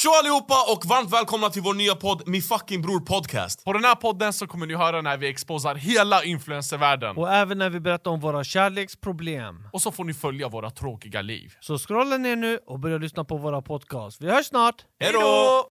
Tjo allihopa och varmt välkomna till vår nya podd Min fucking bror podcast. På den här podden så kommer ni höra när vi exposar hela influencervärlden. Och även när vi berättar om våra kärleksproblem. Och så får ni följa våra tråkiga liv. Så scrolla ner nu och börja lyssna på våra podcast. Vi hörs snart! Hej då!